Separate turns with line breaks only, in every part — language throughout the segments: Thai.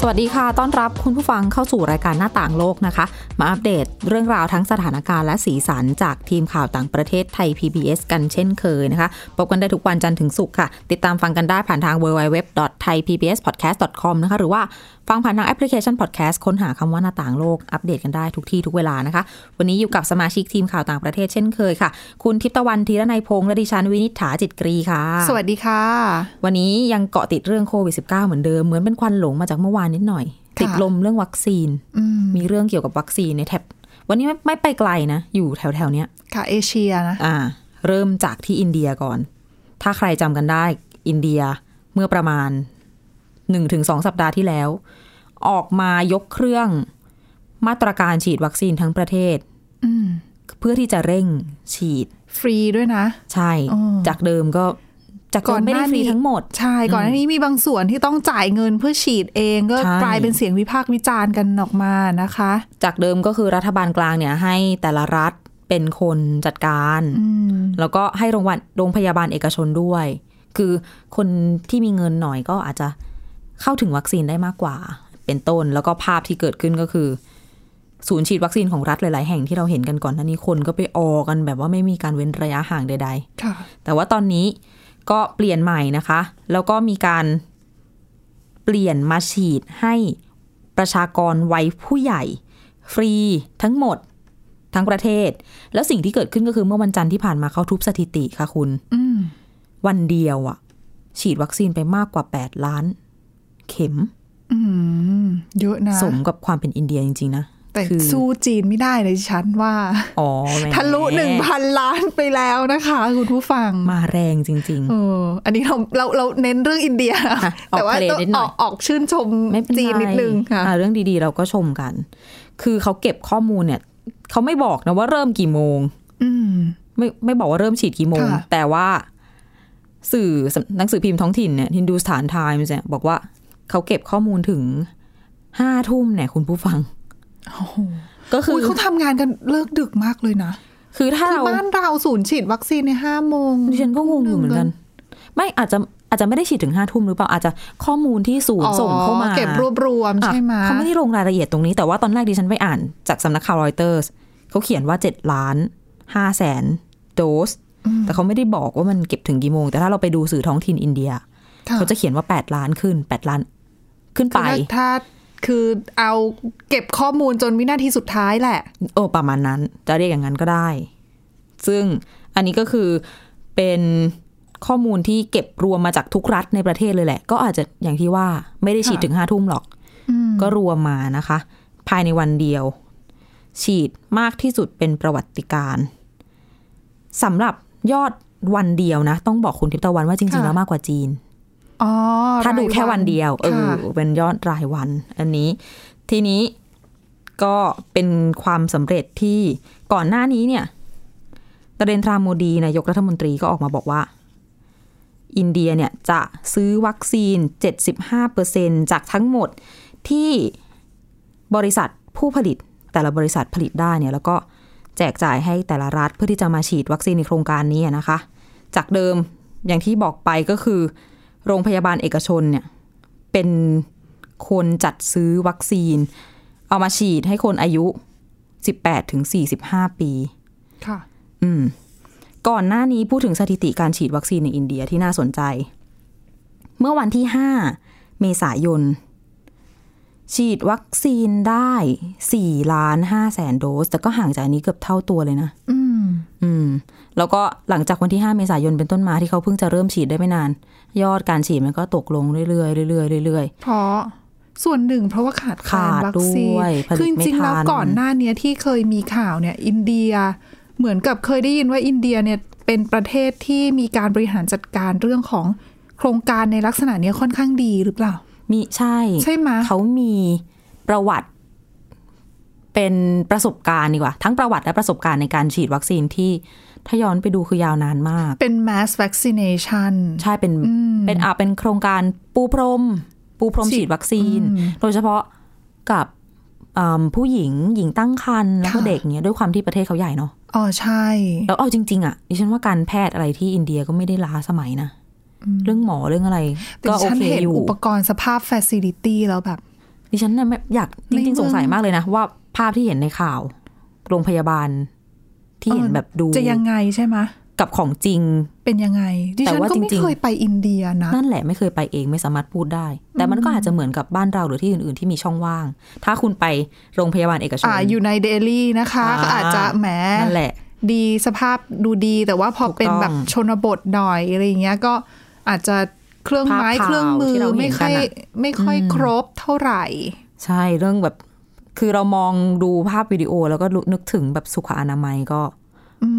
สวัสดีค่ะ ต้อนรับคุณผู้ฟังเข้าสู่รายการหน้าต่างโลกนะคะ มาอัปเดตเรื่องราวทั้งสถานการณ์และสีสันจากทีมข่าวต่างประเทศไทย PBS กันเช่นเคยนะคะ พบกันได้ทุกวันจันทร์ถึงศุกร์ค่ะ ติดตามฟังกันได้ผ่านทาง www.thaipbspodcast.com นะคะ หรือว่าฟังผ่านทางแอปพลิเคชัน podcast ค้นหาคำว่าหน้าต่างโลก อัปเดตกันได้ทุกที่ทุกเวลานะคะ วันนี้อยู่กับสมาชิกทีมข่าวต่างประเทศเช่นเคยค่ะ คุณทิพย์ตะวันธีรนัยพงษ์และดิฉันวินิษฐาจิตกรีค่ะ
สวัสดีค่ะ
วันนี้ยังเกาะติดเรื่องโควิด -19 เหมือนเดิม เหมือนเป็นควันหลงมาจากเมื่อวานนิดหน่อย
ค่ะ
ติดลมเรื่องวัคซีน
อืม
มีเรื่องเกี่ยวกับวัคซีนในแถบวันนี้ไม่ไม่ไปไกลนะ อยู่แถวแถวๆเนี้ย
ค่ะเอเชียนะ
อ่า เริ่มจากที่อินเดียก่อน ถ้าใครจำกันได้อินเดียเมื่อประมาณ 1-2 สัปดาห์ที่แล้ว ออกมายกเครื่องมาตรการฉีดวัคซีนทั้งประเทศ
อืม
เพื่อที่จะเร่งฉีด
ฟรีด้วยนะ
ใช่
อ๋อ
จากเดิมก็จากเดิ
ก่อน
มไม่ได้
หน้า
ฟรี
นี้
ทั้งหมด
ใช่ก่อนหน้านี้มีบางส่วนที่ต้องจ่ายเงินเพื่อฉีดเองก็
ใช่
กลายเป็นเสียงวิพากษ์วิจารณ์กันออกมานะคะ
จากเดิมก็คือรัฐบาลกลางเนี่ยให้แต่ละรัฐเป็นคนจัดการ
อืม
แล้วก็ให้โรงพยาบาลโรงพยาบาลเอกชนด้วย คือคนที่มีเงินหน่อยก็อาจจะเข้าถึงวัคซีนได้มากกว่า เป็นต้นแล้วก็ภาพที่เกิดขึ้นก็คือ ศูนย์ฉีดวัคซีนของรัฐหลาย ๆ แห่งที่เราเห็นกันก่อนหน้านี้คนก็ไปออกันแบบว่าไม่มีการเว้นระยะห่างใด ๆ
ค่ะ
แต่ว่าตอนนี้ก็เปลี่ยนใหม่นะคะ แล้วก็มีการเปลี่ยนมาฉีดให้ประชากรวัยผู้ใหญ่ ฟรีทั้งหมดทั้งประเทศ แล้วสิ่งที่เกิดขึ้นก็คือเมื่อวันจันทร์ที่ผ่านมาเขาทุบสถิติค่ะคุณ
อืม
วันเดียวอะฉีดวัคซีนไปมากกว่า 8 ล้าน เข็ม
อืม เยอะนะ
สมกับความเป็นอินเดียจริง ๆ นะ
แต่
คือ
สู้จีนไม่ได้เลยฉันว่า
อ๋อแหม
ทะลุหนึ่งพันล้านไปแล้วนะคะคุณผู้ฟัง
มาแรงจริง
เอออันนี้เราเราเราเน้นเรื่องอินเดียนะ
อ่ะออก
แต่ว่า
ทะเล
ต้อง
นิดหน่
อ
อย
อกออกชื่นชม
ไม่เป็นไร
จีนนิดนึงค่ะ
อ่าเรื่องดีๆ เราก็ชมกัน คือเขาเก็บข้อมูลเนี่ย เขาไม่บอกนะว่าเริ่มกี่โมง
อืม
ไม่ไม่บอกว่าเริ่มฉีดกี่โมง
ค่ะ
แต่ว่าสื่อหนังสือพิมพ์ท้องถิ่นเนี่ยฮินดูสถานไทมส์เนี่ยบอกว่าเขาเก็บข้อมูลถึงห้าทุ่มเนี่ยคุณผู้ฟัง
โอ้โห
ก็คื
คือ อเขาทำงานกันเลิกดึกมากเลยนะ
คือถ้า
คือ
เรา
บ้านเราศูนย์ฉีดวัคซีนในห้าโมง
ดิฉันก็งงอยู่เหมือนกัน ไม่อาจจะอาจจะไม่ได้ฉีดถึงห้าทุ่มหรือเปล่าอาจจะข้อมูลที่ศูนย์ส่งเข้ามา
อ๋อเก็บรวบรวม
อ่ะ
ใช่ไหม
เขาไม่ได้ลงรายละเอียดตรงนี้แต่ว่าตอนแรกดิฉันไปอ่านจากสำนักข่าวรอยเตอร์สเขาเขียนว่า 7 ล้าน5แสนโดส แต่เขาไม่ได้บอกว่ามันเก็บถึงกี่โมง แต่ถ้าเราไปดูสื่อท้องถิ่นอินเดีย
ค่
เขาจะเขียนว่า 8 ล้านขึ้น 8 ล้านขึ้นไป
คือถ้าคือเอาเก็บข้อมูลจนวินาทีสุดท้ายแหละ
โอ้ประมาณนั้น จะเรียกอย่างนั้นก็ได้ ซึ่งอันนี้ก็คือเป็นข้อมูลที่เก็บรวมมาจากทุกรัฐในประเทศเลยแหละ ก็อาจจะอย่างที่ว่าไม่ได้ฉีด
ค่ะ
ถึงห้าทุ่มหรอก
อืม
ก็รวมมานะคะ ภายในวันเดียว ฉีดมากที่สุดเป็นประวัติการณ์สำหรับยอดวันเดียวนะ ต้องบอกคุณทิพย์ตะวันว่าจริงๆ แล้วมากกว่าจีน
อ๋อ
ถ้าดู
รย
แค่วันเดียว เออ
ค่ะ
เป็นยอดรายวัน อันนี้ ทีนี้ก็เป็นความสำเร็จที่ก่อนหน้านี้เนี่ยนเรนทราโมดีนายกรัฐมนตรีก็ออกมาบอกว่า อินเดียเนี่ยจะซื้อวัคซีน 75%จากทั้งหมดที่บริษัทผู้ผลิตแต่ละบริษัทผลิตได้เนี่ย แล้วก็แจกจ่ายให้แต่ละรัฐเพื่อที่จะมาฉีดวัคซีนในโครงการนี้อะนะคะ จากเดิมอย่างที่บอกไปก็คือ โรงพยาบาลเอกชนเนี่ย เป็นคนจัดซื้อวัคซีน เอามาฉีดให้คนอายุ 18ถึง45 ปี
ค่ะ
อืม ก่อนหน้านี้พูดถึงสถิติการฉีดวัคซีนในอินเดียที่น่าสนใจ เมื่อวันที่ 5 เมษายน ฉีดวัคซีนได้4ล้าน5แสนโดส แต่ก็ห่างจากอันนี้เกือบเท่าตัวเลยนะ
อืม
อืม แล้วก็หลังจากวันที่ 5 เมษายนเป็นต้นมาที่เขาเพิ่งจะเริ่มฉีดได้ไม่นาน ยอดการฉีดมันก็ตกลงเรื่อยๆเรื่อยๆเรื่อย
เพราะส่วนหนึ่งเพราะว่าขาดแคล
ขาน ด
วัคซีน
ด้วยผลิต
คือจริงๆ
ไม่ทัน
แล้วก่อนหน้าเนี้ยที่เคยมีข่าวเนี่ย อินเดียเหมือนกับเคยได้ยินว่าอินเดียเนี่ยเป็นประเทศที่มีการบริหารจัดการเรื่องของโครงการในลักษณะเนี้ยค่อนข้างดีหรือเปล่า
ๆ มีใช่
ใช่ไหมย
เขามีประวัติเป็นประสบการณ์ดีกว่า ทั้งประวัติและประสบการณ์ในการฉีดวัคซีนที่ถ้าย้อนไปดูคือยาวนานมาก
เป็น mass vaccination
ใช่เป็น
อืม
เป็นอาเป็นโครงการปูพรม ปูพรมฉีดวัคซีน
อืม
โดยเฉพาะกับอืมผู้หญิงหญิงตั้งครรภ์แล้วก็
ค่ะ
เด็กเนี้ยด้วยความที่ประเทศเขาใหญ่เนาะ
อ๋อใช่
แล้วเอาจริง ๆ อ่ะดิฉันว่าการแพทย์อะไรที่อินเดียก็ไม่ได้ล้าสมัยนะ เรื่องหมอเรื่องอะไร
แต่
ก็โอ
ฉัน
เค
เห็น
อยู่
อุปกรณ์สภาพ facility แล้วแบบ
ดิฉันเนี่ยไม่อยากจ
ในเมื
ริ
อง
ๆ
ง
สงสัยมากเลยนะว่าภาพที่เห็นในข่าว โรงพยาบาลที่เห็น
เออ
แบบดู
จะยังไงใช่ไหมะ
กับของจริง
เป็นยังไง ดิ
แต่
ฉัน
ว่า
ก็
จริ
ไม่
งๆ
เคยไปอินเดียนะ
นั่นแหละไม่เคยไปเองไม่สามารถพูดได้ แต่มันก็อาจจะเหมือนกับบ้านเราหรือที่อื่น ๆ ที่มีช่องว่าง ถ้าคุณไปโรงพยาบาลเอกชน
อ่าอยู่ในเดลี่นะคะ
อ่า
ก็อาจจะแหม
นั่นแหละ
ดีสภาพดูดีแต่ว่าพอ
ถูกต้อง
เป็นแบบชนบทหน่อยอะไรอย่างเงี้ยก็อาจจะเครื่องไม้
ภาพข่าว
เครื่องมื
ที่
อ
เราเห็น
ไม่ค่อย
กันอะ
ไม่ค่อยครบเท่าไหร่
ใช่เรื่องแบบคือเรามองดูภาพวิดีโอแล้วก็รู้นึกถึงแบบสุขอนามัยก็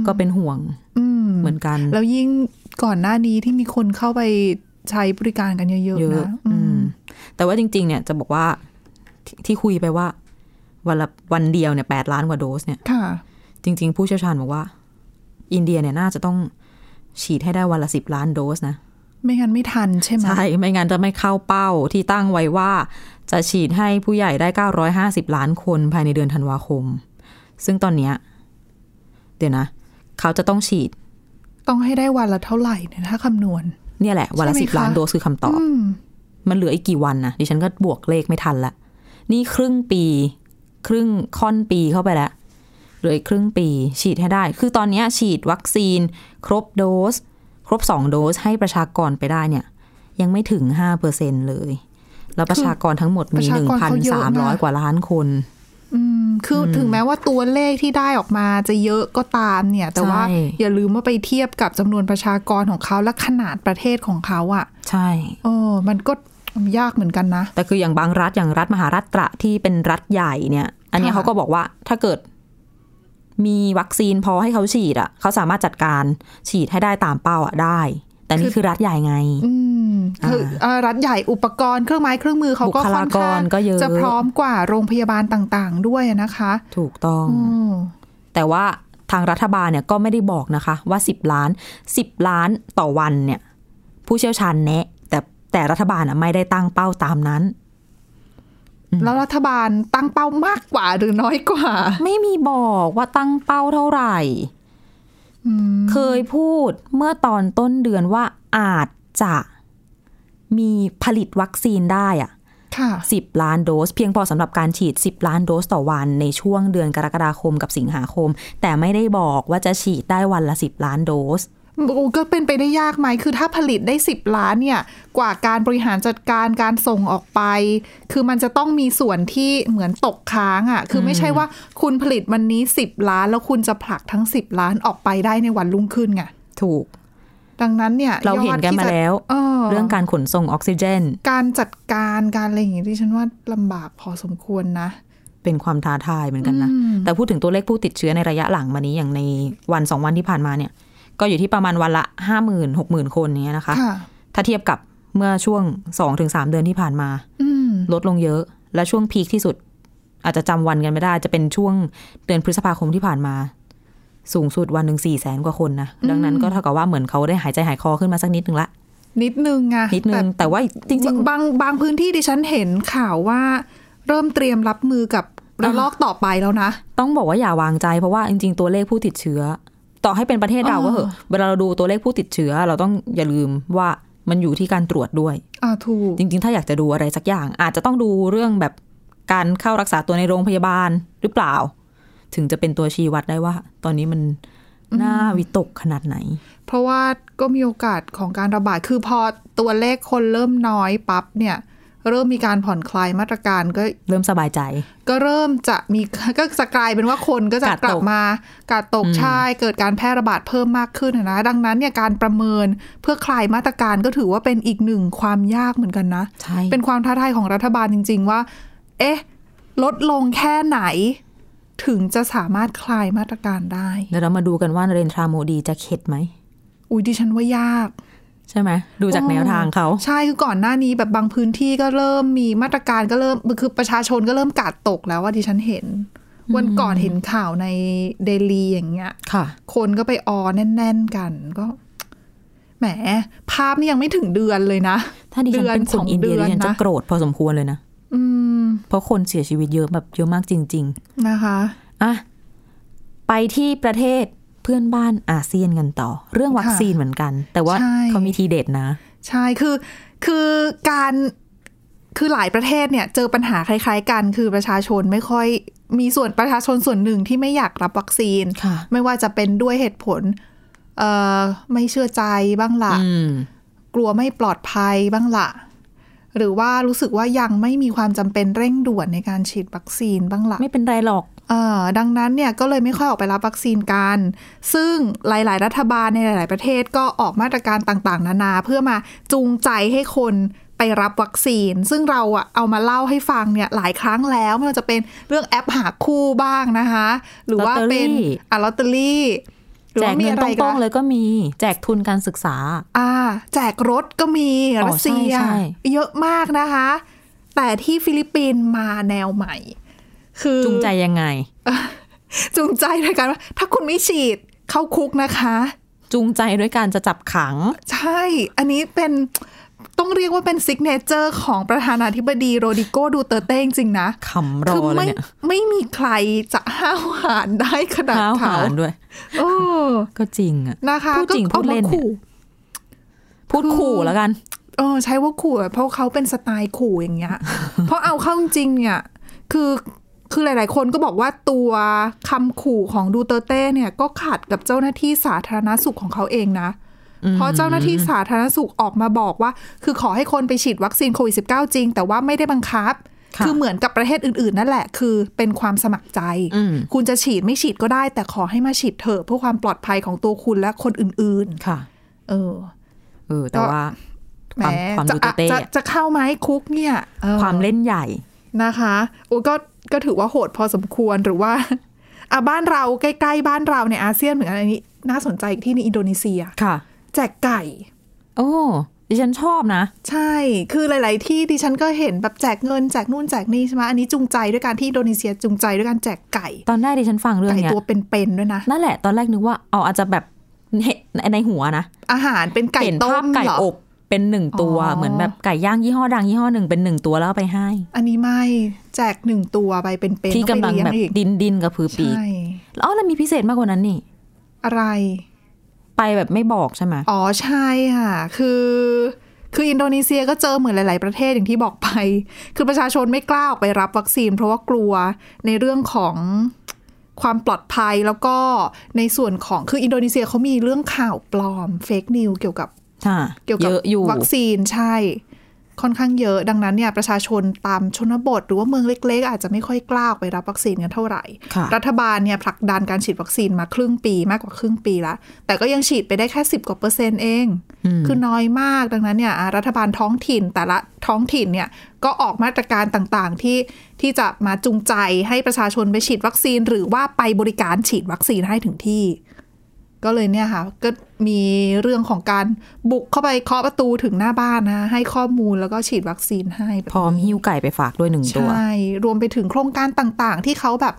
ก็เป็นห่วง
อืม
เหมือนกัน
แล้วยิ่งก่อนหน้านี้ที่มีคนเข้าไปใช้บริการกันเยอะ
เย
ๆ
อะ
นะ
อืมแต่ว่าจริง ๆ เนี่ยจะบอกว่าทที่คุยไปว่าวันละวันเดียวเนี่ยแปดล้านกว่าโดสเนี่ย
ค่ะ
จริง ๆ ผู้เชี่ยวชาญบอกว่า อินเดียเนี่ยน่าจะต้องฉีดให้ได้วันละสิบล้านโดสนะ
ไม่งั้นไม่ทันใช่ไหม
ใช่ ไม่งั้นจะไม่เข้าเป้าที่ตั้งไว้ว่า จะฉีดให้ผู้ใหญ่ได้ 950 ล้านคนภายในเดือนธันวาคม ซึ่งตอนเนี้ยเดี๋ยวนะ เขาจะต้องฉีด
ต้องให้ได้วันละเท่าไหร่เนี่ยถ้าคำนวณ
เนี่ยแหละวันละ
ใช่
สิบ
ไหมคะ
ล้านโดสคือคำตอบ
อืม
มันเหลืออีกกี่วันนะดิฉันก็บวกเลขไม่ทันละ นี่ครึ่งปี ครึ่งค่อนปีเข้าไปแล้วเหลืออีกครึ่งปีฉีดให้ได้ คือตอนเนี้ยฉีดวัคซีน ครบโดส ครบ 2 โดสให้ประชากรไปได้เนี่ย ยังไม่ถึง 5%เลย แล้วประชากรทั้งหมดมี 1,300 กว่าล้านคน
อืมคืออถึงแม้ว่าตัวเลขที่ได้ออกมาจะเยอะก็ตามเนี่ย แต่ว่า
ใช่
อย่าลืมว่าไปเทียบกับจำนวนประชากรของเขาและขนาดประเทศของเขาอะ่ะ
ใช่
เออมันก็ยากเหมือนกันนะ
แต่คืออย่างบางรัฐอย่างรัฐมหารัฐตระที่เป็นรัฐใหญ่เนี่ย อันเนี้ย
ค่ะ
เขาก็บอกว่าถ้าเกิดมีวัคซีนพอให้เขาฉีดอ่ะเขาสามารถจัดการฉีดให้ได้ตามเป้าอ่ะได้ แต่นี่คือรัฐใหญ่ไง
อืมคือ
อ่า
เอ่อรัฐใหญ่อุปกรณ์เครื่องไม้เครื่องมือเขาก็
บุค
ค่
ลา
อน
ก
ข้าง
รก็เยอะ
จะพร้อมกว่าโรงพยาบาลต่างๆ ด้วยนะคะ
ถูกต้อง
อืม
แต่ว่าทางรัฐบาลเนี่ยก็ไม่ได้บอกนะคะ ว่า 10 ล้าน 10 ล้านต่อวันเนี่ย ผู้เชี่ยวชาญแนะ แต่แต่รัฐบาลอ่ะไม่ได้ตั้งเป้าตามนั้น
แล้วรัฐบาลตั้งเป้ามากกว่าหรือน้อยกว่า
ไม่มีบอกว่าตั้งเป้าเท่าไหร่ เคยพูดเมื่อตอนต้นเดือนว่าอาจจะมีผลิตวัคซีนได้อะ
ค่ะ
10 ล้านโดส เพียงพอสำหรับการฉีด 10 ล้านโดสต่อวันในช่วงเดือนกรกฎาคมกับสิงหาคม แต่ไม่ได้บอกว่าจะฉีดได้วันละ 10 ล้านโดส
โอ้ก็เป็นไปได้ยากไหม คือถ้าผลิตได้ 10 ล้านเนี่ย กว่าการบริหารจัดการการส่งออกไป คือมันจะต้องมีส่วนที่เหมือนตกค้างอะ่ะ คือไม่ใช่ว่าคุณผลิตวันนี้ 10 ล้าน แล้วคุณจะผลักทั้ง 10 ล้านออกไปได้ในวันรุ่งขึ้นไง
ถูก
ดังนั้นเนี่ย
เราเห็นกัน
ยอดที่
มา
จะ
แล้ว
เออ
เรื่องการขนส่งออกซิเจน
การจัดการการอะไรอย่างงี้ที่ฉันว่าลำบากพอสมควรนะ
เป็นความท้าทายเหมือนกันนะ แต่พูดถึงตัวเลขผู้ติดเชื้อในระยะหลังมานี้อย่างในวันสองวันที่ผ่านมาเนี่ย ก็อยู่ที่ประมาณวันละห้าหมื่นหกหมื่นคนอย่างเนี้ยนะคะ
ค่ะ
ถ้าเทียบกับเมื่อช่วง 2-3ถึงเดือนที่ผ่านมา
อืม
ลดลงเยอะ และช่วงพีคที่สุด อาจจะจำวันกันไม่ได้ จะเป็นช่วงเดือนพฤษภาคมที่ผ่านมา สูงสุดวันหนึ่งสี่แสนกว่าคนนะ ดังนั้นก็เท่ากับว่าเหมือนเขาได้หายใจหายคอขึ้นมาสักนิดนึงละ
นิดนึงอะ
นิดนึ
แต่
ง แต่ว่าจริง
บางบางพื้นที่ดิฉันเห็นข่าวว่า เริ่มเตรียมรับมือกับระลอกต่อไปแล้วนะ
ๆ ต้องบอกว่าอย่าวางใจเพราะว่าจริง ๆ ตัวเลขผู้ติดเชื้อ ต่อให้เป็นประเทศเราก็เหอะเวลาเราดูตัวเลขผู้ติดเชื้อ เราต้องอย่าลืมว่ามันอยู่ที่การตรวจด้วย
อ่าถูก
จริง ๆ ถ้าอยากจะดูอะไรสักอย่าง อาจจะต้องดูเรื่องแบบการเข้ารักษาตัวในโรงพยาบาลหรือเปล่า ถึงจะเป็นตัวชี้วัดได้ว่า ตอนนี้มันน่าวิตกขนาดไหน
เพราะว่าก็มีโอกาสของการระบาด คือพอตัวเลขคนเริ่มน้อยปั๊บเนี่ย เริ่มมีการผ่อนคลายมาตรการก็
เริ่มสบายใจ
ก็เริ่มจะมี ก็จะกลายเป็นว่าคนก็จะ
กาดตก
กลับมา การตกใช่เกิดการแพร่ระบาดเพิ่มมากขึ้นนะ ดังนั้นเนี่ยการประเมินเพื่อคลายมาตรการก็ถือว่าเป็นอีกหนึ่งความยากเหมือนกันนะ
ใช่
เป็นความท้าทายของรัฐบาลจริง ๆ ว่า เอ๊ะ ลดลงแค่ไหน ถึงจะสามารถคลายมาตรการได้
เดี๋ยวเรามาดูกันว่านเรนทราโมดีจะเข็ดไหม
อุ้ยดิฉันว่ายาก
ใช่ไหม ดูจากแนวทางเขา
ใช่คือก่อนหน้านี้แบบบางพื้นที่ก็เริ่มมีมาตรการก็เริ่มคือประชาชนก็เริ่มกาดตกแล้วว่าดิฉันเห็น วันก่อนเห็นข่าวในเดลีอย่างเงี้ย
ค่ะ
คนก็ไปออแน่น ๆ กันก็ แหม ภาพนี่ยังไม่ถึงเดือนเลยนะ
ถ้าดิฉัน
เดือน
เป็นค
ส
น
อง
อินเดีย
เดือน
ดิฉันจะ
นะ
โกรธพอสมควรเลยนะ
อืม
เพราะคนเสียชีวิตเยอะแบบเยอะมากจริง
นะคะ
ๆอ่ะไปที่ประเทศเพื่อนบ้านอาเซียนกันต่อ เรื่องวัคซีนเหมือนกัน แต่ว่า
ใช่
เขามีทีเด็ดนะ
ใช่คือคือการคือหลายประเทศเนี่ยเจอปัญหาคล้าย ๆ กัน คือประชาชนไม่ค่อยมีส่วนประชาชนส่วนหนึ่งที่ไม่อยากรับวัคซีน
ค่ะ
ไม่ว่าจะเป็นด้วยเหตุผลเอ่อไม่เชื่อใจบ้างละ
อืม
กลัวไม่ปลอดภัยบ้างละ หรือว่ารู้สึกว่ายังไม่มีความจำเป็นเร่งด่วนในการฉีดวัคซีนบ้างละ
ไม่เป็นไรหรอก
เอ่อดังนั้นเนี่ยก็เลยไม่ค่อยออกไปรับวัคซีนกัน ซึ่งหลาย ๆ รัฐบาลในหลาย ๆ ประเทศก็ออกมาตรการต่าง ๆ นานา เพื่อมาจูงใจให้คนไปรับวัคซีน ซึ่งเราอะเอามาเล่าให้ฟังเนี่ยหลายครั้งแล้วไม่ว่าจะเป็นเรื่องแอปหาคู่บ้างนะคะ หรือว่าเป็น
ลอตเตอรี่
อะลอตเตอรี่หรือ
แจ
ว่ากมี
เงิน
อะไร
ตรงๆเลยก็มี แจกทุนการศึกษา
อ่าแจกรถก็มี
อ๋อ
รัสเซีย
ใช่ใช่
เยอะมากนะคะ แต่ที่ฟิลิปปินส์มาแนวใหม่ คือ
จูงใจยังไง
จูงใจด้วยกันว่าถ้าคุณไม่ฉีดเข้าคุกนะคะ
จูงใจด้วยการจะจับขัง
ใช่อันนี้เป็นต้องเรียกว่าเป็นซิกเนเจอร์ของประธานาธิบดีโรดิโกดูเตอร์เต้จริงๆนะ
ขำรอ
คื
เลย
ไม่
เนี่ย
ไม่มีใครจะห้าวหาญได้ขนาด
ข้าว
เขา
หารด้วย
เออ
ก็จริงอะ
นะคะ
พูดจริง
ก็อา
พูดเล่น
มา
เนี่ย
ขู่
พูด
คือ
ขู่แล้วกัน
เออใช้ว่าขู่อะเพราะเขาเป็นสไตล์ขู่อย่างเงี้ย เพราะเอาเข้าจริงๆเนี่ยคือคือหลาย ๆ คนก็บอกว่าตัวคำขู่ของดูเตอร์เต้เนี่ยก็ขัดกับเจ้าหน้าที่สาธารณสุขของเขาเองนะ เพราะเจ้าหน้าที่สาธารณสุขออกมาบอกว่า คือขอให้คนไปฉีดวัคซีนโควิด -19 จริง แต่ว่าไม่ได้บังคับ
ค่ะ
คือเหมือนกับประเทศอื่น ๆ นั่นแหละ คือเป็นความสมัครใจ
อืม
คุณจะฉีดไม่ฉีดก็ได้ แต่ขอให้มาฉีดเถอะเพื่อความปลอดภัยของตัวคุณและคนอื่น
ค่ะ
ๆ เออ
เออ แต่
ก็
ว่า
แหม
ความความ
จะ
ดูเตเต้
จะจะเข้าไหมคุกเนี่ยออ
ความเล่นใหญ่
นะคะโอ้ยก็ก็ถือว่าโหดพอสมควรหรือว่า อ่ะบ้านเราใกล้ๆบ้านเราในอาเซียนเหมือนกันอันนี้ น่าสนใจอีกที่ในอินโดนีเซีย
ค่ะ
แจกไก่
โอ้ดิฉันชอบนะ
ใช่ คือหลาย ๆ ที่ดิฉันก็เห็นแบบแจกเงินแจกนู่นแจกนี่ใช่ไหมอันนี้จูงใจด้วยการที่อินโดนีเซียจูงใจด้วยการแจกไก่
ตอนแรกดิฉันฟังเรื่อง
ไก่
เนี้ย
ตัวเป็นๆด้วยนะ
นั่นแหละ ตอนแรกนึกว่าเอาอาจจะแบบเห็นในในหัวนะ
อาหารเป็นไก่
เห็น
ต้
ภาพ
ม
ไก่
เหรอ
อบ เป็นหนึ่งตัว
อ๋อ
เหมือนแบบไก่ย่างยี่ห้อดังยี่ห้อหนึ่งเป็นหนึ่งตัวแล้วเอาไปให้
อันนี้ไม่แจกหนึ่งตัวไปเป็นๆ
ที่กำลัง
เอา
แบบ
ไปเยอีก
ดินดินกับพือปีก
ใช่
อ๋อแล้วมีพิเศษมากกว่านั้นนี่
อะไร
ไปแบบไม่บอกใช่ไหม
อ๋อใช่ค่ะ คือคืออินโดนีเซียก็เจอเหมือนหลาย ๆ ประเทศอย่างที่บอกไป คือประชาชนไม่กล้าออกไปรับวัคซีน เพราะว่ากลัวในเรื่องของความปลอดภัยแล้วก็ในส่วนของคืออินโดนีเซียเขามีเรื่องข่าวปลอมเฟกนิวเกี่ยวกับ
ค่ะ
เกี่ยวกั
เย
บ
อะอยู่
วัคซีนใช่ ค่อนข้างเยอะดังนั้นเนี่ยประชาชนตามชนบท หรือว่าเมืองเล็ก ๆ อาจจะไม่ค่อยกล้าออกไปรับวัคซีนกันเท่าไหร่
ค่ะ
รัฐบาลเนี่ยผลักดันการฉีดวัคซีนมาครึ่งปีมากกว่าครึ่งปีละแต่ก็ยังฉีดไปได้แค่ 10 กว่าเปอร์เซ็นต์เอง คือน้อยมากดังนั้นเนี่ยอ่ารัฐบาลท้องถิ่นแต่ละท้องถิ่นเนี่ยก็ออกมาตรการต่างๆที่ที่จะมาจูงใจให้ประชาชนไปฉีดวัคซีน หรือว่าไปบริการฉีดวัคซีนให้ถึงที่ ก็เลยเนี่ยค่ะก็มีเรื่องของการบุกเข้าไปเคาะประตูถึงหน้าบ้านนะให้ข้อมูลแล้วก็ฉีดวัคซีนให้แบบ
พร้อมหิ้วไก่ไปฝากด้วยหนึ่งตัว
ใช่ รวมไปถึงโครงการต่างๆ ที่เขาแบบ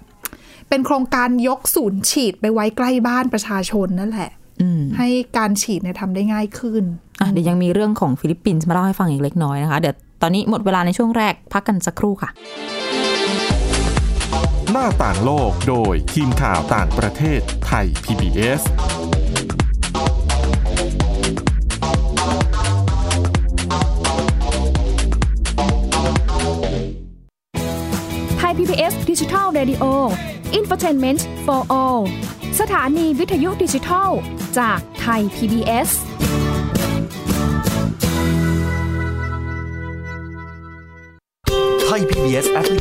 เป็นโครงการยกศูนย์ฉีดไปไว้ใกล้บ้านประชาชนนั่นแหละ
อืม
ให้การฉีดเนี่ยทำได้ง่ายขึ้น
อ่ะเดี๋ยวยังมีเรื่องของฟิลิปปินส์มาเล่าให้ฟังอีกเล็กน้อยนะคะ เดี๋ยวตอนนี้หมดเวลาในช่วงแรกพักกันสักครู่ค่ะ
หน้าต่างโลกโดยทีมข่าวต่างประเทศไทย PBS
ไทย PBS ดิจิทัล Radio Infotainment for All สถานีวิทยุดิจิทัลจากไทย PBS
ไทย PBS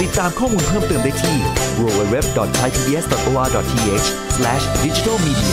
ติดตามข้อมูลเพิ่มเติมได้ที่ www.thaipbs.or.th/digitalmedia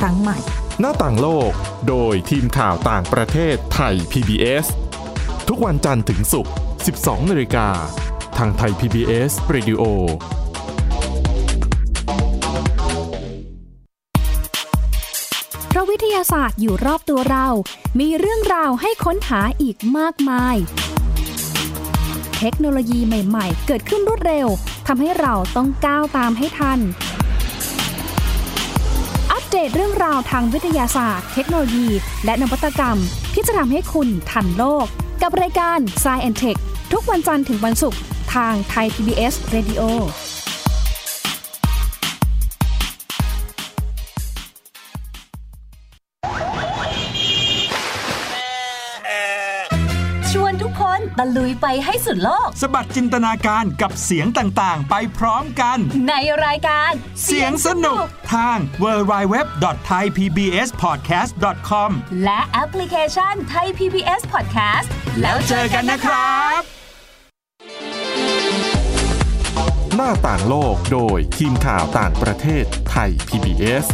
ครั้งใหม่
หน้าต่างโลก โดยทีมข่าวต่างประเทศไทย PBS ทุกวันจันทร์ถึงศุกร์ 12นาฬิกา ทางไทย PBS Radio
เพราะวิทยาศาสตร์อยู่รอบตัวเรา มีเรื่องราวให้ค้นหาอีกมากมาย เทคโนโลยีใหม่ ๆ เกิดขึ้นรวดเร็ว ทำให้เราต้องก้าวตามให้ทัน อัปเดตเรื่องราวทางวิทยาศาสตร์ เทคโนโลยี และนวัตกรรม ที่จะทำให้คุณทันโลก กับรายการ s c i e n t e c h ทุกวันจันทร์ถึงวันศุกร์ทางไทย PBS Radio
ชวนทุกคนตะลุยไปให้สุดโลก
สบัดจินตนาการกับเสียงต่างๆ ไปพร้อมกัน
ในรายการ
เสียงสนุกทาง w w w t h a i p b s p o d c a s t c o m
และแอปพลิเคชันไทย PBS Podcast
แล้วเจอกันนะครับ
หน้าต่างโลกโดยทีมข่าวต่างประเทศไทย PBS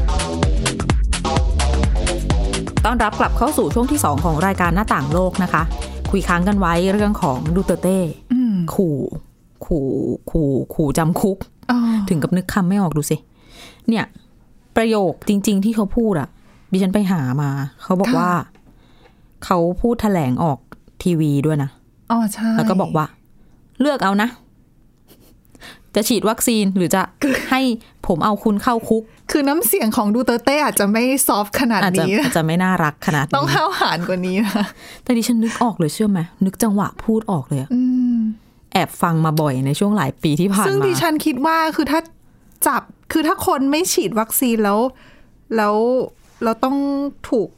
ต้อนรับกลับเข้าสู่ช่วงที่ 2 ของรายการหน้าต่างโลกนะคะ คุยค้างกันไว้เรื่องของดูเตอร์เต้
อืม
ขู่ขู่ขู่ขู่จำคุก
อ๋อ
ถึงกับนึกคำไม่ออกดูสิ เนี่ย ประโยคจริง ๆ ที่เขาพูดอะดิฉันไปหามา เขาบอกว่า เขาพูดแถลงออกทีวีด้วยนะ
อ๋อใช่
แล้วก็บอกว่า เลือกเอานะ จะฉีดวัคซีนหรือจะให้ผมเอาคุณเข้าคุก
คือน้ำเสียงของดูเตอร์เต้อาจจะไม่ซอฟต์ขนาด
อาจจะ
นี้
อาจจะไม่น่ารักขนาด
ต้อง
นี้
ห้าวหาญกว่านี้นะ
แต่ดิฉันนึกออกเลยเชื่อไหมนึกจังหวะพูดออกเลยอะ
อืม
แอบฟังมาบ่อยในช่วงหลายปีที่ผ่าน
ซึ่ง
มา
ดิฉันคิดว่าคือถ้าจับคือถ้าคนไม่ฉีดวัคซีนแล้ว แล้วเราต้องถูก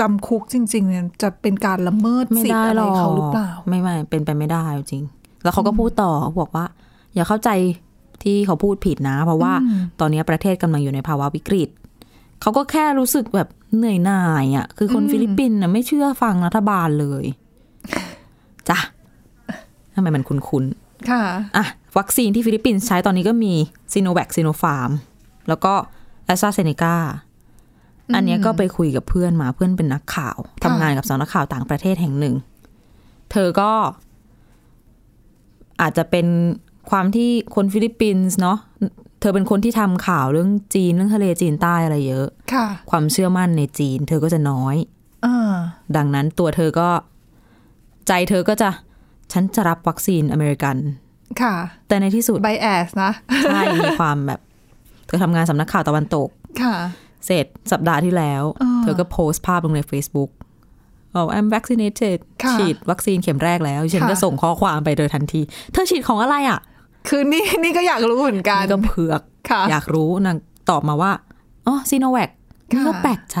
จำคุกจริง ๆ เนี่ยจะเป็นการละเมิด
ไม่
สิท
ได้
ธิ์อะ
หร
ไร
อก
เขาหรือเปล่า
ไม่ไม่เป็นไปไม่ได้จริง แล้วเขาก็พูดต่อบอกว่า อย่าเข้าใจที่เขาพูดผิดนะ เพราะว่า
อืม
ตอนนี้ประเทศกำลังอยู่ในภาวะวิกฤตเขาก็แค่รู้สึกแบบเหนื่อยหน่ายอ่ะคือคนฟิลิปปินส์น่ะไม่เชื่อฟังรัฐบาลเลยจ้ะทำไมมันคุ้นๆ
ค่ะ
อ่ะวัคซีนที่ฟิลิปปินส์ใช้ตอนนี้ก็มีซีโนแวคซีโนฟาร์มแล้วก็แอสตราเซเนกาอันเนี้ยก็ไปคุยกับเพื่อนมาเพื่อนเป็นนักข่าวทำงานกับสำนักข่าวต่างประเทศแห่งหนึ่ง เธอก็ อาจจะเป็นความที่คนฟิลิปปินส์เนาะเธอเป็นคนที่ทำข่าวเรื่องจีนเรื่องทะเลจีนใต้อะไรเยอะ
ค่ะ
ความเชื่อมั่นในจีน เธอก็จะน้อย
อ่า
ดังนั้นตัวเธอก็ ใจเธอก็จะ ฉันจะรับวัคซีนอเมริกัน
ค่ะ
แต่ในที่สุด
ไบแอสนะ
ใช่ มีความแบบ เธอทำงานสำนักข่าวตะวันตก
ค่ะ
เสร็จสัปดาห์ที่แล้ว
อ่า
เธอก็โพสต์ภาพลงใน Facebook บอก I'm vaccinated
ค่ะ
ฉีดวัคซีนเข็มแรกแล้ว ฉัน
ค่ะ
ก็ส่งข้อความไปโดยทันที เธอฉีดของอะไรอ่ะ
คือนี่นี่ก็อยากรู้เหมือนกัน
นี่ก็เผือก
ค่ะ
อยากรู้นางตอบมาว่า อ๋อซีโนแวคนี่ก็
ค่ะ
แปลกใจ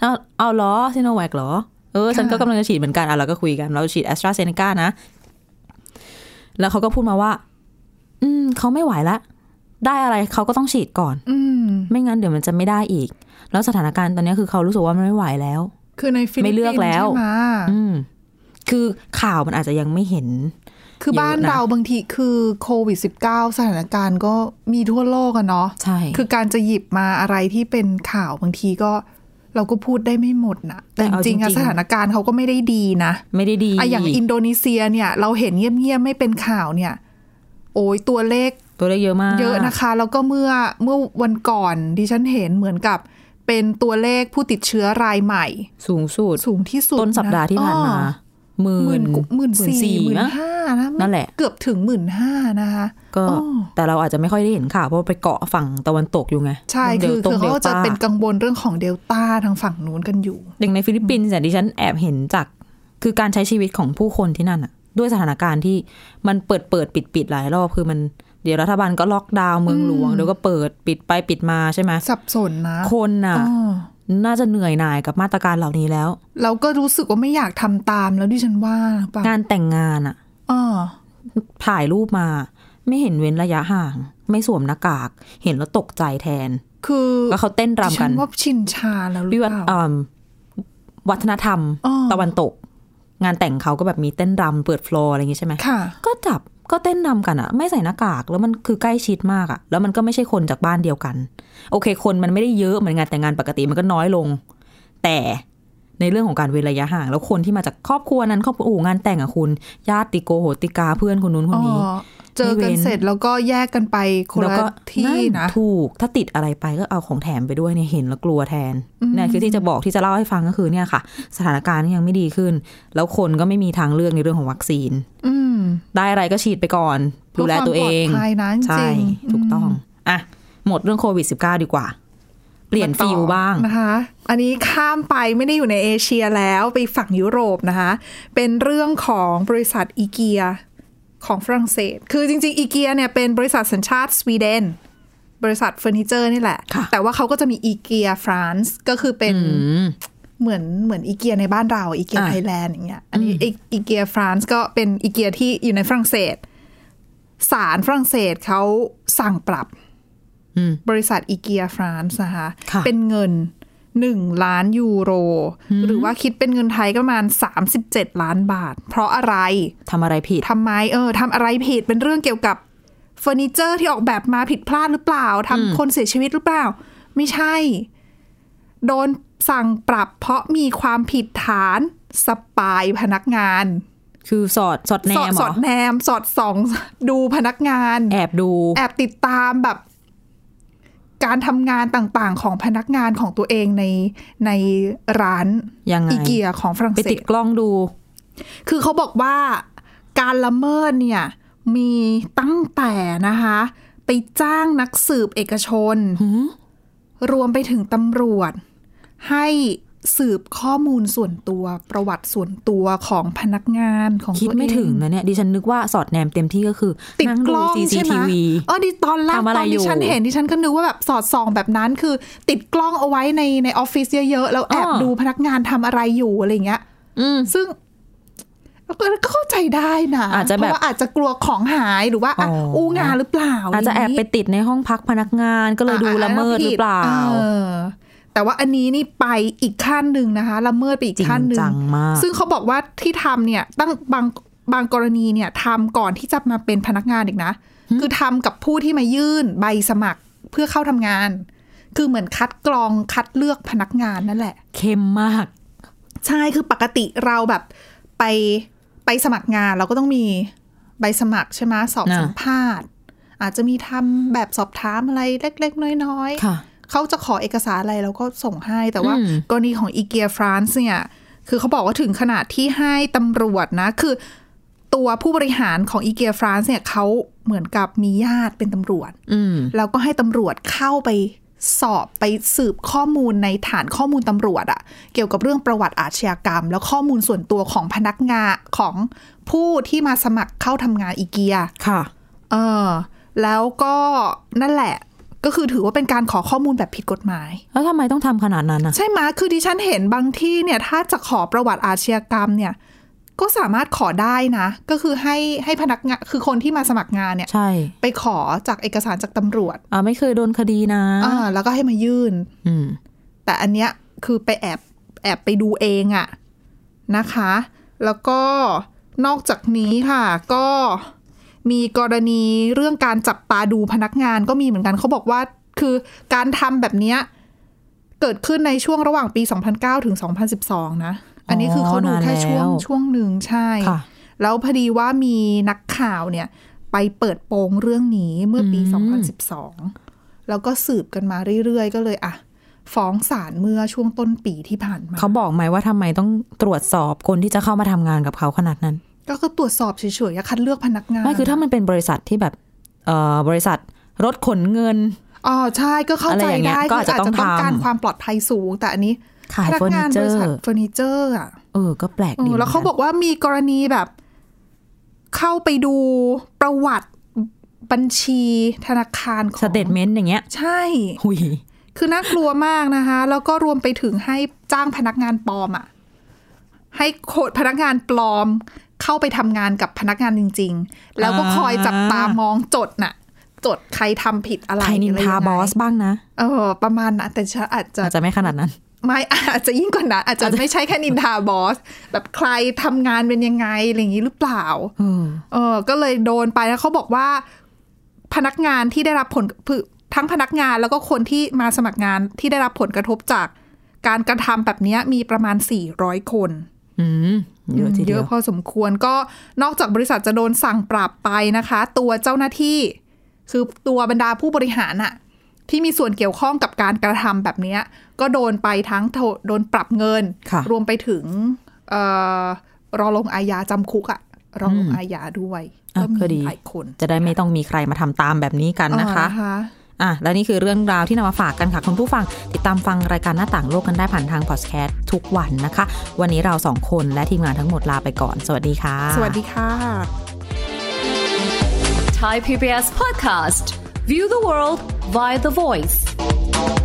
เอาเอาเหรอซีโนแวคเหรอ เออ ฉันก็
ค่ะ
กำลังจะฉีดเหมือนกันอ่ะเราก็คุยกัน เราฉีดแอสตราเซเนกานะ แล้วเขาก็พูดมาว่า อืมเขาไม่ไหวละ ได้อะไรเขาก็ต้องฉีดก่อน
อืม
ไม่งั้นเดี๋ยวมันจะไม่ได้อีก แล้วสถานการณ์ตอนนี้คือเขารู้สึกว่ามันไม่ไหวแล้ว
คือในฟิลิป
ไม่
ปินส์
เลือกแล้ว
ใช่ไหม
อืม คือข่าวมันอาจจะยังไม่เห็น
คือบ้าน
เยอะนะ
เราบางทีคือโควิด -19 สถานการณ์ก็มีทั่วโลกอะเนาะ
ใช่
คือการจะหยิบมาอะไรที่เป็นข่าวบางทีก็เราก็พูดได้ไม่หมดนะแต่จริงๆอะสถานการณ์เขาก็ไม่ได้ดีนะ
ไม่ได้ดี
อะอย่างอินโดนีเซียเนี่ย เราเห็นเงียบๆไม่เป็นข่าวเนี่ย โอ้ยตัวเลข
ตัวเลขเยอะมาก
เยอะนะคะ แล้วก็เมื่อเมื่อวันก่อนดิฉันเห็นเหมือนกับ เป็นตัวเลขผู้ติดเชื้อรายใหม่
สูงสุด
สูงที่สุด
ต้นสัปดาห์ที่ผ่านมา
อ๋อ
หมื่
หมื่
น
นกว่าหมื่นสี่หมื่น
มั้ง
ห้านะ
นั่นแหละ
เกือบถึงหมื่นห้านะคะ
ก็
อ๋อ
แต่เราอาจจะไม่ค่อยได้เห็นข่าวเพราะว่าไปเกาะฝั่งตะวันตกอยู่ไง
ใช่คือ
ดลต้
คือเขาก็จะเป็น
ดลต้
กังวลเรื่องของเดลต้าทางฝั่งนู้นกันอยู่
อย่างในฟิลิปปินส์เนี่ยดิฉันแอบเห็นจากคือการใช้ชีวิตของผู้คนที่นั่นอะด้วยสถานการณ์ที่มันเปิดเปิดปิดปิดหลายรอบคือมัน เดี๋ยวรัฐบาลก็ล็อกดาวน์เมืองหลวงเดี๋ยวก็เปิดปิดไปปิดมาใช่ไหม
สับสนนะ
คนน่ะ
อ้อ
น่าจะเหนื่อยหน่ายกับมาตรการเหล่านี้แล้ว
เราก็รู้สึกว่าไม่อยากทำตามแล้วดิฉันว่าป่ะ
งานแต่งงานอะ
อ้อ
ถ่ายรูปมา ไม่เห็นเว้นระยะห่าง ไม่สวมหน้ากาก เห็นแล้วตกใจแทน
คือ
ก็เขาเต้นรำ
ฉั
กัน
นว่าชินชาแล้วหรื
วิ
อ
วัฒ
เป
น์
ล่า
เอิ่มวัฒนธรรม
อ้อ
ตะวันตก งานแต่งเขาก็แบบมีเต้นรำเปิดฟลอร์อะไรอย่างงี้ใช่ไหม
ค่ะ
ก็จับก็เต้นนำกันอะไม่ใส่หน้ากากแล้วมันคือใกล้ชิดมากอะแล้วมันก็ไม่ใช่คนจากบ้านเดียวกัน โอเค คนมันไม่ได้เยอะเหมือนงานแต่งงานปกติมันก็น้อยลง แต่ในเรื่องของการเว้นระยะห่าง แล้วคนที่มาจากครอบครัวนั้นครอบครัวโอ้โหงานแต่งอะคุณญาติโกโหติกาเพื่อนคนนู้นคนนี้
อ๋อเจอกัน
ไม่เว้น
เสร็จแล้วก็แยกกันไปคน
แล้ว
ละ
ก็
ที่นะ
ถูกถ้าติดอะไรไปก็เอาของแถมไปด้วยเนี่ยเห็นแล้วกลัวแทนเนี่ยคือที่จะบอกที่จะเล่าให้ฟังก็คือเนี่ยค่ะ สถานการณ์ยังไม่ดีขึ้น แล้วคนก็ไม่มีทางเลือกในเรื่องของวัคซีน
อืม
ได้อะไรก็ฉีดไปก่อนดูแลตัวเอง
พื่ความปลอดภัยนะจริง
ใช่ ถูกต้อง อ่ะ หมดเรื่องโควิด -19 ดีกว่า เปลี่ยนฟิลบ้าง
นะคะ อันนี้ข้ามไปไม่ได้อยู่ในเอเชียแล้วไปฝั่งยุโรปนะคะ เป็นเรื่องของบริษัทอีเกียของฝรั่งเศส คือจริงๆอีเกียเนี่ยเป็นบริษัทสัญชาติสวีเดน บริษัทเฟอร์นิเจอร์นี่แหละ
ค่ะ
แต่ว่าเขาก็จะมีอีเกียฟรานซ์ก็คือเป็น
อืม
เหมือนเหมือนอีเกียในบ้านเราอีเกีย
อ่ะ
ไทยแลนด์อย่างเงี้ยอันนี้อีเกียฟรานซ์ก็เป็นอีเกียที่อยู่ในฝรั่งเศสศาลฝรั่งเศสเขาสั่งปรับ
อืม
บริษัทอีเกียฟรานซ์นะคะ
ค่ะ
เป็นเงินหนึ่งล้านยูโร หรือว่าคิดเป็นเงินไทยก็ประมาณ 37 ล้านบาท เพราะอะไร
ทำอะไรผิด
ทำไมเออทำอะไรผิดเป็นเรื่องเกี่ยวกับเฟอร์นิเจอร์ที่ออกแบบมาผิดพลาดหรือเปล่าทำคนเสียชีวิตหรือเปล่า ไม่ใช่ โดนสั่งปรับเพราะมีความผิดฐานสปายพนักงาน
คือสอดสอดแน
สอด
มเห
ส
รอ
อดแนม สอดส่อง ดูพนักงาน
แอบดู
แอบติดตามแบบ การทำงานต่างๆ ของพนักงานของตัวเองในในร้าน
ยังไง
อีเกียของฝรั่ง
ไป
เศ
ติ
ส
ดกล้องดู
คือเขาบอกว่าการละเมิดเนี่ยมีตั้งแต่นะคะ ไปจ้างนักสืบเอกชน รวมไปถึงตำรวจ ให้สืบข้อมูลส่วนตัวประวัติส่วนตัวของพนักงานของ
คิด
ตัวเอง
ไม่ถึงนะเนี่ย ดิฉันนึกว่าสอดแนมเต็มที่ก็คือ
ติด
นั่ง
ก
ดู
ล้อง
CCTV
ใช่ไหมอ๋อดิตอนแรก
ทำอะ
ต
ไร
อน
อยู่
ที่ฉันเห็นดิฉันก็นึกว่าแบบสอดส่องแบบนั้น คือ ติดกล้องเอาไว้ในในออฟฟิศเยอะๆแล้วแอบดูพนักงานทำอะไรอยู่อะไรอย่างเงี้ย
อืม
ซึ่งก็ก็เข้าใจได้นะ
อาจจะแบบ
เพรว่อาจจะกลัวของหายหรือว่าะ
อ๋ออู้
อู้งานหรือเปล่า
อาจจะแอบไปติดในห้องพักพนักงานก็เลยดูละเมิดหรือเปล่า
อแต่ว่าอันนี้นี่ไปอีกขั้นหนึ่งนะคะละเมิดไปอีกขั้นหนึ่
จริงจังมาก
ซึ่งเขาบอกว่าที่ทำเนี่ยตั้งบางบางกรณีเนี่ยทำก่อนที่จะมาเป็นพนักงานอีกนะ คือทำกับผู้ที่มายื่นใบสมัครเพื่อเข้าทำงาน คือเหมือนคัดกรองคัดเลือกพนักงานนั่นแหละ
เข้มมาก
ใช่คือปกติเราแบบไปไปสมัครงานเราก็ต้องมีใบสมัครใช่ไหมสอบ
อ่า
สัมภาษณ์ อาจจะมีทำแบบสอบถามอะไรเล็ก ๆ น้อย ๆ
ค่ะ
เขาจะขอเอกสารอะไรเราก็ส่งให้แต่ว่า
อืม
กรณีของอีเกียฟรานซ์เนี่ย คือเขาบอกว่าถึงขนาดที่ให้ตำรวจนะ คือตัวผู้บริหารของอีเกียฟรานซ์เนี่ยเขาเหมือนกับมีญาติเป็นตำรวจ
อืม
แล้วก็ให้ตำรวจเข้าไปสอบไปสืบข้อมูลในฐานข้อมูลตำรวจอะเกี่ยวกับเรื่องประวัติอาชญากรรม แล้วข้อมูลส่วนตัวของพนักงานของผู้ที่มาสมัครเข้าทำงานอีเกีย
ค่ะ
เออแล้วก็นั่นแหละ ก็คือถือว่าเป็นการขอข้อมูลแบบผิดกฎหมาย
แล้วทำไมต้องทำขนาดนั้นอะ
ใช่ไหมะคือดิฉันเห็นบางที่เนี่ย ถ้าจะขอประวัติอาชญากรรมเนี่ย ก็สามารถขอได้นะ ก็คือให้ให้พนักงานคือคนที่มาสมัครงานเนี่ย
ใช่
ไปขอจากเอกสารจากตำรวจ
อ่าไม่เคยโดนคดีนะ
อ่าแล้วก็ให้มายื่น
อืม
แต่อันเนี้ยคือไปแอบแอบไปดูเองอะนะคะ แล้วก็นอกจากนี้ค่ะ ก็มีกรณีเรื่องการจับตาดูพนักงานก็มีเหมือนกันเขาบอกว่าคือการทำแบบเนี้ยเกิดขึ้นในช่วงระหว่างปี 2009 ถึง 2012 นะ อันนี้คือเขาดูแค่ช่วง
นานแล้ว
ช่วงหนึ่งใช่
ค่ะ
แล้วพอดีว่ามีนักข่าวเนี่ย ไปเปิดโปงเรื่องนี้เมื่อปี
อืม
2012 แล้วก็สืบกันมาเรื่อยๆ ก็เลยอะฟ้องศาลเมื่อช่วงต้นปีที่ผ่านมา
เขาบอกไหมว่าทำไมต้องตรวจสอบคนที่จะเข้ามาทำงานกับเขาขนาดนั้น
ก็คือตรวจสอบเฉยๆอะคัดเลือกพนักงาน
ไม่คือถ้ามันเป็นบริษัทที่แบบเอ่อบริษัทรถขนเงิน
อ๋อใช่ก็เข้าใจ
อะไรอย่างเงี้ย
ได้
ก็อาจจะ
คื
ต้องทำ
การความปลอดภัยสูง แต่อันนี้
ขาย
พนั
เฟอร์นิ
งาน
เจ
บ
อ
ริษัท
ร์
เฟอร์นิเจอร์อะ
เออ ก็แปลก
เอ
ดี
อแล้ว
ห
เขา
มืนน
บอกว่ามีกรณีแบบ เข้าไปดูประวัติ บัญชีธนาคารของ
สเตทเมนต์อย่างเงี้ย
ใช่
หุย
คือน่ากลัวมากนะคะ แล้วก็รวมไปถึงให้จ้างพนักงานปลอมอะ่ะ ให้โคดพนักงานปลอม เข้าไปทำงานกับพนักงานจริง ๆ แล้วก็คอยจับตามองจดน่ะ จดใครทำผิดอะไร
ใครนินทา
ะไยังไง
บอสบ้างนะ
เออ ประมาณนะแต่ฉันอาจจะ
อาจจะไม่ขนาดนั้น
ไม่อาจจะยิ่งกว่านั้นอาจจะไม่ใช่แค่นินทาบอส แบบใครทำงานเป็นยังไงอะไรอย่างนี้หรือเปล่า
อืม
เออก็เลยโดนไปแล้วเขาบอกว่า พนักงานที่ได้รับผลผึทั้งพนักงานแล้วก็คนที่มาสมัครงานที่ได้รับผลกระทบจาก การกระทำแบบเนี้ยมีประมาณ 400 คน
อืมเยอะที
เย
เดีย
อะ
ว
พอสมควรก็นอกจากบริษัทจะโดนสั่งปรับไปนะคะ ตัวเจ้าหน้าที่ คือตัวบรรดาผู้บริหารอะที่มีส่วนเกี่ยวข้องกับการกระทำแบบเนี้ยก็โดนไปทั้งโทโดนปรับเงิน
ค่ะ
รวมไปถึงเออรอลงอาญาจำคุกอะรอลงอาญาด้วย
อ่ะ
ก็
ก็ดี
มีหลายคน
จะได้ไม่ต้องมีใครมาทำตามแบบนี้กันนะคะ
อ่านะคะ
อ่ะ และนี่คือเรื่องราวที่นำมาฝากกันค่ะ คุณผู้ฟัง ติดตามฟังรายการหน้าต่างโลกกันได้ผ่านทางพอดแคสต์ทุกวันนะคะ วันนี้เราสองคนและทีมงานทั้งหมดลาไปก่อน สวัสดีค่ะ
สวัสดีค่ะ
Thai PBS podcast. View the world via the voice.